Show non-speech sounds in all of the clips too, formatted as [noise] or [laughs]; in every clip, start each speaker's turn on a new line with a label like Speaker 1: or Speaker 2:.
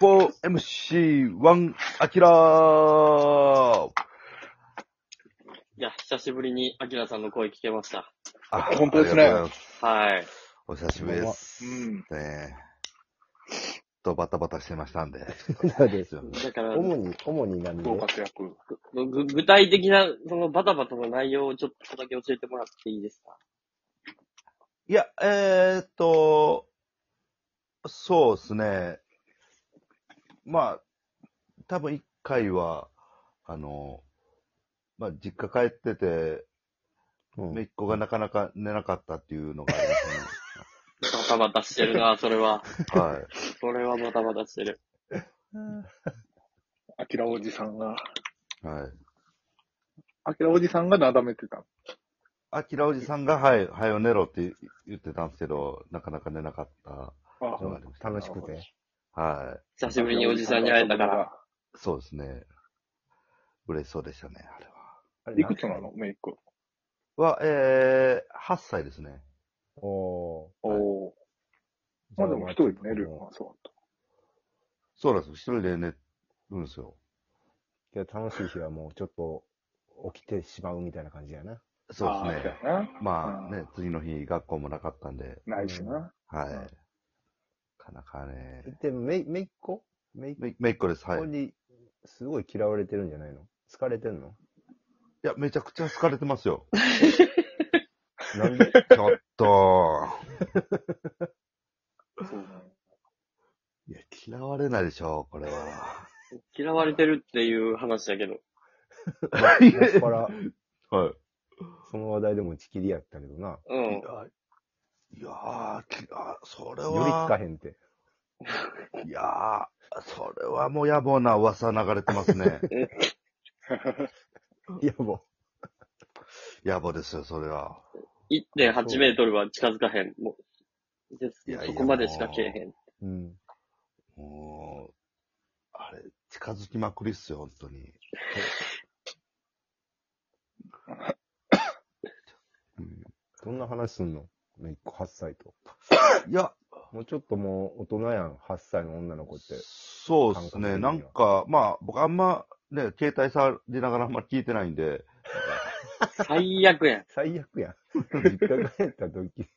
Speaker 1: 4 m c 1アキラー
Speaker 2: いや、久しぶりに、アキラさんの声聞けました。
Speaker 1: あ
Speaker 3: 本当ですね
Speaker 1: ありがとうございます
Speaker 2: はい。
Speaker 1: お久しぶりです。
Speaker 3: うん。
Speaker 1: ねえ。とバタバタしてましたんで。
Speaker 4: そうです。
Speaker 2: だから、
Speaker 4: 主に、主に何
Speaker 3: ご
Speaker 4: で
Speaker 3: 活躍。
Speaker 2: ぐぐ具体的な、そのバタバタの内容をちょっとだけ教えてもらっていいですか
Speaker 1: いや、えー、っと、そうですね。まあ、多分一回は、あの、まあ、実家帰ってて、
Speaker 4: うん
Speaker 1: 姪っ子がなかなか寝なかったっていうのがあり [laughs]
Speaker 2: バタバタしてるな、 [laughs] それ
Speaker 1: ま
Speaker 2: は。
Speaker 1: すね。はい。
Speaker 2: それはバタバタしてる。
Speaker 3: アキラおじさんが、
Speaker 1: はい。
Speaker 3: アキラおじさんがなだめてた。
Speaker 1: アキラおじさんが、はい、はよ寝ろって言ってたんですけど、なかなか寝なかった
Speaker 3: あ
Speaker 1: のがありました。
Speaker 4: 楽しくて。
Speaker 1: は
Speaker 2: 久しぶりにおじさんに会えたから。。
Speaker 1: い。そうですね。嬉しそうでしたね、あれは。
Speaker 4: あれ
Speaker 3: いくつなのメイク。
Speaker 1: は、えー、8歳ですね。
Speaker 4: お
Speaker 3: おおー。
Speaker 4: ー
Speaker 3: まあでも一人で寝るのはそうだ
Speaker 1: そうなんですよ。一人で寝るんですよ。
Speaker 4: 今日楽しい日はもうちょっと起きてしまうみたいな感じやな。
Speaker 3: と。
Speaker 1: そうですね。
Speaker 3: ああそうや
Speaker 1: まあ
Speaker 3: う
Speaker 1: ね、次の日学校もなかったんで、
Speaker 3: な。ないしな。
Speaker 1: はい。
Speaker 3: うん
Speaker 1: なかなかね。
Speaker 4: で、め、めいっ子めいっ
Speaker 1: めめいっ子です、はい。
Speaker 4: 子
Speaker 1: い
Speaker 4: に、すごい嫌われてるんじゃないの疲れてんの
Speaker 1: や、めちゃくちゃ好かれてますよ。
Speaker 4: なん
Speaker 3: [laughs]
Speaker 4: で
Speaker 1: ちょっと。
Speaker 3: そうね [laughs]
Speaker 1: いや、嫌われないでしょ、これは。
Speaker 2: 嫌われてるっていう話だけど。
Speaker 4: もっぱら、
Speaker 1: はい。
Speaker 4: その話題でも打ち切りやったけどな。
Speaker 2: うん。
Speaker 1: いやー、きあそれ
Speaker 4: よりつか
Speaker 1: は、
Speaker 4: へんって。
Speaker 1: いやー、それはもう野暮な噂流れてます
Speaker 4: [laughs]
Speaker 1: ね。
Speaker 4: いや、も
Speaker 1: 野暮ですよ、それは。
Speaker 2: 1.8メートルは近づかへん。もうです
Speaker 1: いやいや
Speaker 2: そこまでしかけえへん。
Speaker 4: う。うん。
Speaker 1: もう、あれ、近づきまくりっすよ、本当
Speaker 4: [laughs]
Speaker 1: に。うん
Speaker 4: どんな話すんのめいっ子8歳と。
Speaker 1: いや、
Speaker 4: もうちょっともう大人やん、8歳の女の子って。
Speaker 1: そうです
Speaker 4: 感覚的に
Speaker 1: ね。
Speaker 4: は
Speaker 1: なんか、まあ、僕あんま、ね、携帯触りながらあんま聞いてないんで、
Speaker 2: 最悪やん。
Speaker 4: 最悪やん。実家帰った時。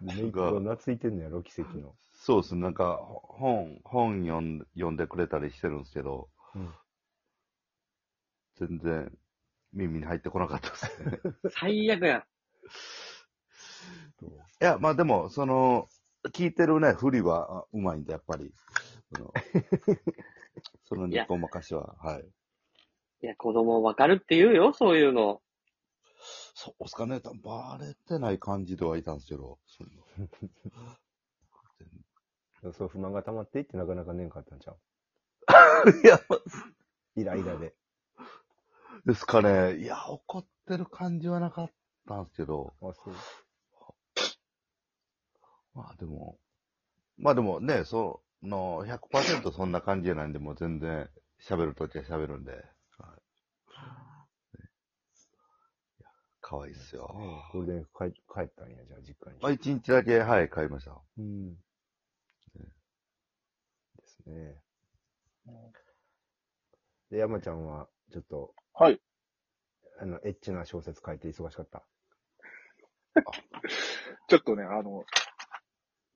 Speaker 4: めいっ子懐いてんのやろ、奇跡の。
Speaker 1: そうですね。なんか、ほ本、本読ん読んでくれたりしてるんですけど、
Speaker 4: うん
Speaker 1: 全然耳に入ってこなかったですね。
Speaker 2: 最悪や
Speaker 1: [laughs]
Speaker 2: ん。
Speaker 1: いや、まあでも、その、聞いてるね、振りはあうまいんで、やっぱり。そ [laughs] のそのね、ごまかしは、はい。
Speaker 2: いや、子供わかるって言うよ、そういうの。
Speaker 1: そうっすかね、多分バレてない感じではいたんですけ [laughs] ど、その
Speaker 4: そう不満が溜まっていってなかなかねんかったんちゃ
Speaker 1: いや、
Speaker 4: うイライラで。
Speaker 1: ですかね。いや、怒ってる感じはなかったんですけど、
Speaker 4: あ、そう。
Speaker 1: まあでも、まあでもね、その、100%そんな感じじゃないんで、もう全然喋るときは喋るんで。はいいや可愛いっすよ。
Speaker 4: ゴールデンウィーク帰帰ったんや、じゃあ実家に。
Speaker 1: まあ一日だけ、はい、買いました。
Speaker 4: うん。ですね。で、山ちゃんは、ちょっと、
Speaker 3: はい。
Speaker 4: あの、エッチな小説書いて忙しかった。
Speaker 3: ちょっとね、あの、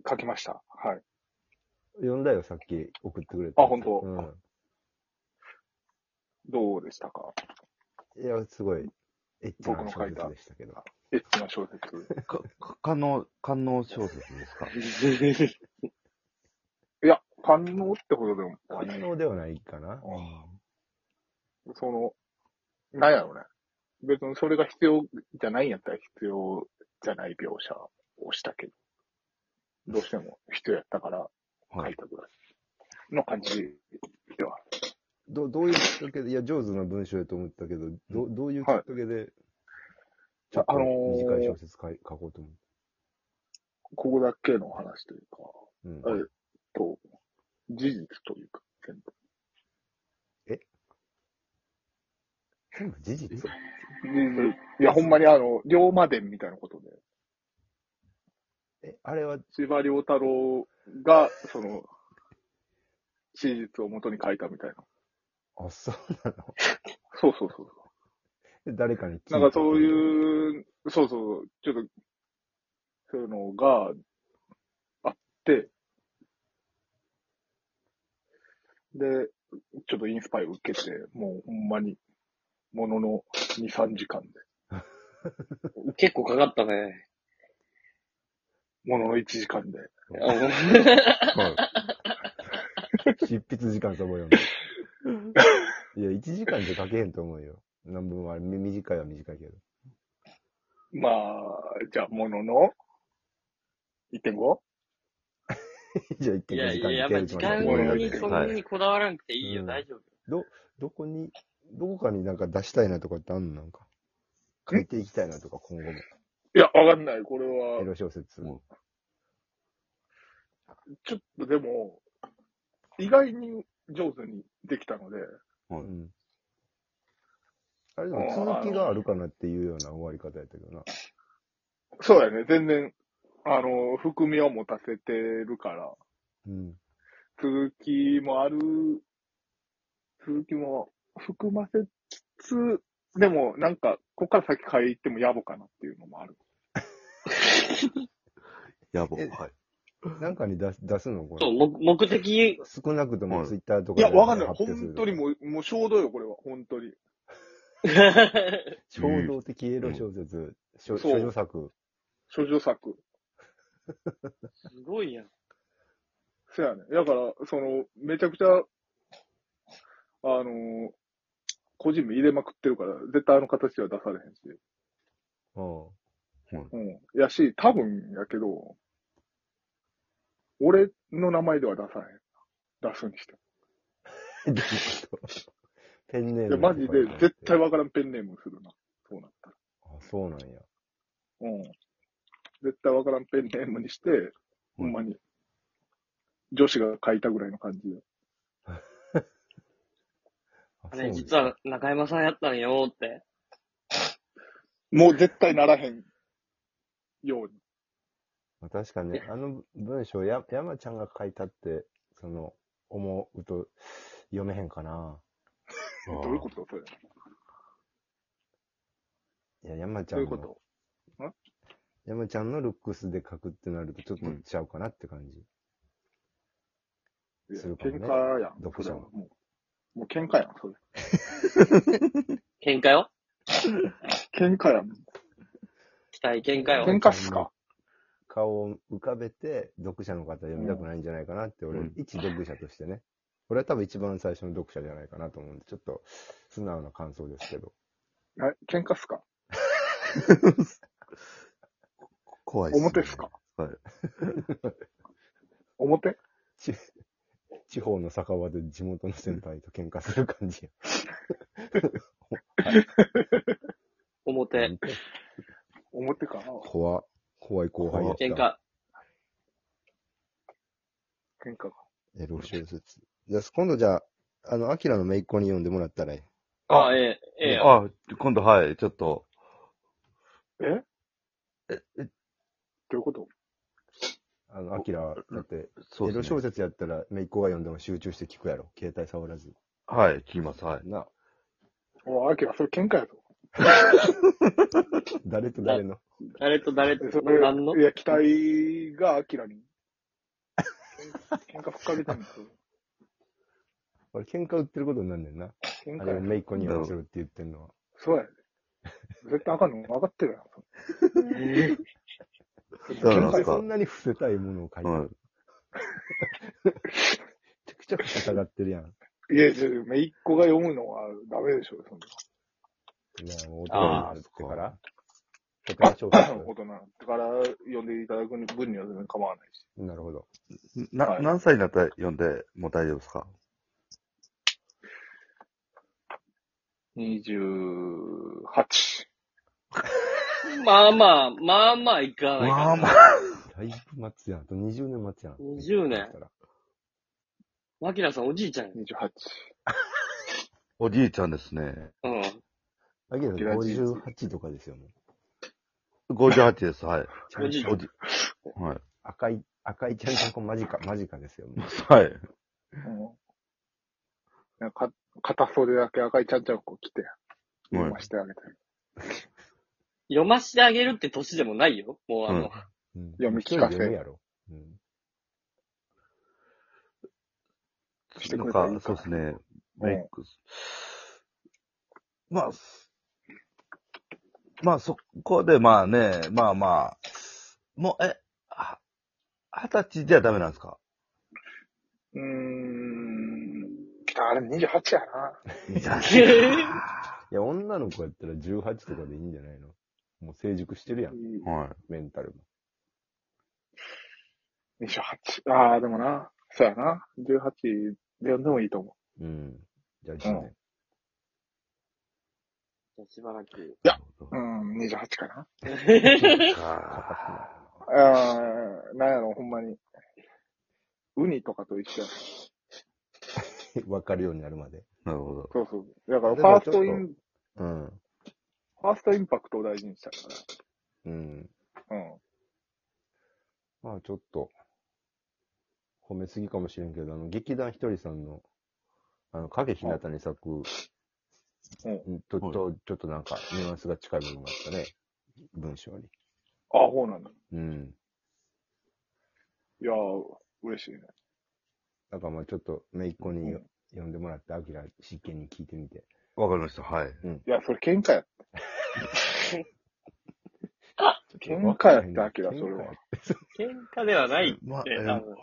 Speaker 3: 書きました。はい。
Speaker 4: 読んだよ、さっき送ってくれた。
Speaker 3: あ本当
Speaker 4: う
Speaker 3: どうでしたか
Speaker 4: ん。いや、すごい、エッチな
Speaker 3: 僕の
Speaker 4: 小
Speaker 3: 書いた
Speaker 4: 説でしたけど。
Speaker 3: エッチな小説。
Speaker 1: か、か、官能、官能小説ですか
Speaker 3: いや、感能ってほどでもない
Speaker 4: 反応ではないかな。
Speaker 3: その、なんやろうね。別にそれが必要じゃないんやったら必要じゃない描写をしたけど、どうしても必要やったから書
Speaker 1: はい
Speaker 3: い。たぐらいの感じでは。
Speaker 4: どどういうきっかけで、いや、上手な文章やと思ったけど、どどういうきっかけで、ちょっと
Speaker 3: あのー
Speaker 4: 短い小説書い書こうと思
Speaker 3: ここだけの話という
Speaker 4: う。うん
Speaker 3: か、えっと、事実というか、全
Speaker 4: 全部事実
Speaker 3: 部。いや、ほんまにあの、龍馬伝みたいなことで。
Speaker 4: えあれは、
Speaker 3: 司馬遼太郎が、その、史実を元に書いたみたいな。
Speaker 4: あ、そう [laughs] なの
Speaker 3: そうそうそう。
Speaker 4: で誰かに聞い
Speaker 3: なんかそう
Speaker 4: う。
Speaker 3: いう、そうそう、ちょっと、そういうのがあって、で、ちょっとインスパイを受けて、もうほんまに、ものの2、3時間で、
Speaker 2: 結構かかった [laughs] ね。
Speaker 3: ものの1時間で、
Speaker 2: あの
Speaker 4: はい執筆時間サ
Speaker 3: [laughs]
Speaker 4: ボよね。いや、1時間じゃ書けへんと思うよ。何分もあれ、み短いは短いけど。 [laughs]
Speaker 3: まあ、じゃあものの 1.5?
Speaker 4: じゃあ、一
Speaker 2: い
Speaker 4: 回
Speaker 2: や
Speaker 4: 5
Speaker 2: いや、
Speaker 4: 時間
Speaker 2: やっぱ時間
Speaker 1: もう
Speaker 2: にそんなにこだわらなくていいよ、
Speaker 4: はい
Speaker 2: 大丈夫。
Speaker 4: どこに、どこかになんか出したいなとかってあんのなんか。書いていきたいなとか、今後も。
Speaker 3: いや、わかんない。これ
Speaker 4: エ
Speaker 3: は、
Speaker 4: ロ小説も。
Speaker 3: ちょっとでも、意外に上手にできたので、
Speaker 4: う。ん。あれでも続きがあるかなっていうような終わり方やったけどな。
Speaker 3: そうだよね。全然、あの、含みを持たせてるから、
Speaker 4: うん。
Speaker 3: 続きもある、続きも含ませつつ、でも、なんか、ここから先書いても野暮かなっていうのもある。
Speaker 1: やぼ。
Speaker 4: え
Speaker 1: はい。
Speaker 4: なんかに出す出すのこ
Speaker 2: そう、
Speaker 4: れ。
Speaker 2: 目目的、
Speaker 4: 少なくとも
Speaker 1: はい
Speaker 4: ツイッターと
Speaker 3: い
Speaker 4: か
Speaker 3: や、わかんない。
Speaker 4: 発表する
Speaker 3: 本当にもう、もう衝動よ、これは。本当に。
Speaker 4: 衝動的エロ小説、少
Speaker 3: そう
Speaker 4: 少
Speaker 3: [laughs]
Speaker 4: 女 [laughs] 作。
Speaker 3: 諸女作。
Speaker 2: すごいやん。
Speaker 3: そうやね。だから、その、めちゃくちゃ、あの、個人名入れまくってるから、絶対あの形では出されへんし。
Speaker 4: うん。
Speaker 3: うん。やし、多分やけど、俺の名前では出さへん。出すにしても。
Speaker 4: どういうこと [laughs] ペンネ
Speaker 3: い
Speaker 4: ーム
Speaker 3: や、
Speaker 4: とか
Speaker 3: マジで絶対わからんペンネームするな。そうなったら。
Speaker 4: あ、そうなんや。
Speaker 3: うん。絶対わからんペンネームにして、ほんまに、女子が書いたぐらいの感じで。
Speaker 4: あ
Speaker 2: あれ、実。は中山さんやったんよーって。
Speaker 3: もう絶対ならへんように。
Speaker 4: そうなんや確かに、あの文章、や、山ちゃんが書いたって、その、思うと、読めへんかな。
Speaker 1: あー
Speaker 3: どういうことそれ。
Speaker 4: いや、山ち
Speaker 3: ど
Speaker 4: ゃ
Speaker 3: うんい
Speaker 4: の
Speaker 3: うこと
Speaker 4: 山ちゃんのルックスで書くってなると、ちょっとちゃうかなって感じ。
Speaker 3: いや
Speaker 4: するかもね
Speaker 3: 喧嘩やん。
Speaker 4: 読
Speaker 3: それ
Speaker 4: 者
Speaker 3: は
Speaker 4: は
Speaker 3: もう、もう喧嘩やん、それ。
Speaker 2: 喧嘩よ
Speaker 3: 喧嘩やん。
Speaker 2: 期待喧嘩よ。
Speaker 3: 喧嘩っすか
Speaker 4: 顔を浮かべて、読者の方読みたくないんじゃないかなって、俺、
Speaker 1: うん
Speaker 4: 一読者としてね。俺は多分一番最初の読者じゃないかなと思うんで、ちょっと素直な感想ですけど。
Speaker 3: え喧嘩っすか
Speaker 1: 怖い
Speaker 3: 表っすか
Speaker 1: はい。
Speaker 3: [laughs] 表
Speaker 4: ち地方の酒場で地元の先輩と喧嘩する感じや。
Speaker 2: 表。
Speaker 3: 表かな
Speaker 4: 怖っ怖い後輩やった。
Speaker 2: 喧。嘩。
Speaker 3: 喧嘩か。
Speaker 4: エロ小説。じゃあ、今度じゃあ、あの、アキラの姪っ子に読んでもらったらいい。
Speaker 2: あ、ええ、ええやん。
Speaker 1: あ、今度はい、ちょっと。
Speaker 3: ええ、どういうこと
Speaker 4: あの、アキラ、だって、
Speaker 1: そ
Speaker 4: エ
Speaker 1: う
Speaker 4: ロ
Speaker 1: です
Speaker 4: 小
Speaker 1: ね。
Speaker 4: 説やったら、姪っ子が読んでも集中して聞くやろ。携帯触らず。
Speaker 1: はい、聞きます。はい。
Speaker 4: な、
Speaker 3: おい、アキラ、それ喧嘩やぞ。
Speaker 4: 誰と誰の。
Speaker 2: 誰と誰と
Speaker 3: えそ、れ
Speaker 2: 何の
Speaker 3: いや、期待がアキラに。喧嘩ふっかけたんですよ。
Speaker 4: 俺、喧嘩売ってることになんねんな。
Speaker 3: 喧嘩
Speaker 4: あれを
Speaker 3: や。
Speaker 4: 姪っ子に読ませるって言ってんのは。
Speaker 3: そうやで。絶対あかんの分かってるやん。
Speaker 1: だから
Speaker 4: 喧
Speaker 1: なん
Speaker 4: 嘩
Speaker 1: か
Speaker 4: でそんなに伏せたいものを書いてる。
Speaker 1: はい
Speaker 4: めちゃくちゃ伏せたがってるやん。
Speaker 3: いや、じゃめいっ子が読むのはダメでしょ、そん
Speaker 4: いや、もう
Speaker 2: あ
Speaker 4: 大
Speaker 1: ー
Speaker 4: 人になってから。とか小説
Speaker 3: な。大人だから読んでいただく分には全然構わないし。
Speaker 4: なるほど。
Speaker 1: な、
Speaker 3: はい
Speaker 1: 何歳になったら読んでもう大丈夫ですか
Speaker 3: 28。
Speaker 2: まあまあ、まあまあいかないかな。
Speaker 1: まあまあ。
Speaker 4: だいぶ待つやん。あと20年待つやん。
Speaker 2: 20年マキラさんおじいちゃんや。
Speaker 3: 28。
Speaker 1: おじいちゃんですね。
Speaker 2: うん。
Speaker 4: あきらさん
Speaker 3: キラじい
Speaker 4: 58とかですよね。
Speaker 1: 58です。はい。
Speaker 2: おじいちゃん
Speaker 1: おじ、はい。
Speaker 4: 赤い、赤いちゃんちゃんこ間近、間近ですよ。
Speaker 1: はい。
Speaker 3: うんなんかか片袖だけ赤いちゃんちゃんこ着て、
Speaker 1: はい
Speaker 3: 読ましてあげて、
Speaker 2: 読ませてあげるって年でもないよ。もうあの、
Speaker 1: うん
Speaker 4: うん
Speaker 3: 読み聞かせ
Speaker 4: 一人で読むやろ。うん。
Speaker 3: してく
Speaker 1: なんか
Speaker 3: れたらいい、か
Speaker 1: そう
Speaker 3: ら
Speaker 1: ですね。
Speaker 3: うん
Speaker 1: メイク。まあ、まあそこでまあね、まあまあ、もう、え、は二十歳じゃダメなんですか
Speaker 3: うーん。あれ28やな。
Speaker 4: [laughs] いや、女の子やったら18とかでいいんじゃないのもう成熟してるやん、
Speaker 1: は
Speaker 4: メンタルも。
Speaker 3: 28。ああ、でもな。そうやな。18で呼んでもいいと思
Speaker 4: うん。じゃあ、1年。
Speaker 2: [laughs] しばらく。
Speaker 1: い。
Speaker 3: やう。うん、28かな。
Speaker 1: か
Speaker 3: ああ、なんやろ、ほんまに。ウニとかと一緒や。
Speaker 4: [laughs] わかるようになるまで。
Speaker 1: なるほど。
Speaker 3: そうそう。だから、
Speaker 4: で
Speaker 3: フ
Speaker 4: も
Speaker 3: ァ
Speaker 4: ち
Speaker 3: ー
Speaker 4: ょっと
Speaker 3: ストイン、
Speaker 4: うん。
Speaker 3: ファーストインパクトを大事にしたいか
Speaker 4: うん。
Speaker 3: ら。うん。
Speaker 4: まあ、ちょっと、褒めすぎかもしれんけど、あの、劇団ひとりさんの、あの、影ひなたに咲く、
Speaker 3: うん
Speaker 4: と、
Speaker 1: はい
Speaker 4: と、ちょっとなんか、ニュアンスが近い部分があったね。文章に。
Speaker 3: ああ、そうなんだ。
Speaker 4: うん。
Speaker 3: いやー、嬉しいね。
Speaker 4: だからまあ、ちょっと、めいっ子に
Speaker 3: うん
Speaker 4: 呼んでもらって、アキラ、真剣に聞いてみて。
Speaker 1: わかりました。はい。
Speaker 3: いや、それ喧嘩やって。喧嘩やって、アキラ、それは。
Speaker 2: 喧嘩ではないって、
Speaker 1: まあ、え
Speaker 2: 多分。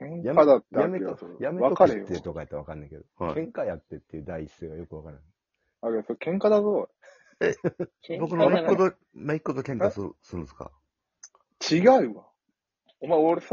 Speaker 3: 喧
Speaker 4: や
Speaker 3: 嘩
Speaker 4: め
Speaker 3: だって、
Speaker 4: や
Speaker 3: ア
Speaker 4: め
Speaker 3: キラ、
Speaker 4: と
Speaker 3: それ、
Speaker 4: やめ
Speaker 3: は。
Speaker 4: と
Speaker 3: 分
Speaker 4: く
Speaker 3: か
Speaker 4: っ
Speaker 3: れよ。
Speaker 4: てとかやったらわかんないけど、
Speaker 1: ーはい。
Speaker 4: 喧嘩やってっていう第一声がよくわからない。
Speaker 3: あれ、それ喧嘩だぞ。
Speaker 1: 僕
Speaker 2: 喧
Speaker 1: の
Speaker 2: 嘩じ
Speaker 1: め
Speaker 2: ゃ
Speaker 1: っ
Speaker 2: ない
Speaker 1: 子と、めっ子と喧嘩するするんですか
Speaker 3: 違うわ。お前、俺、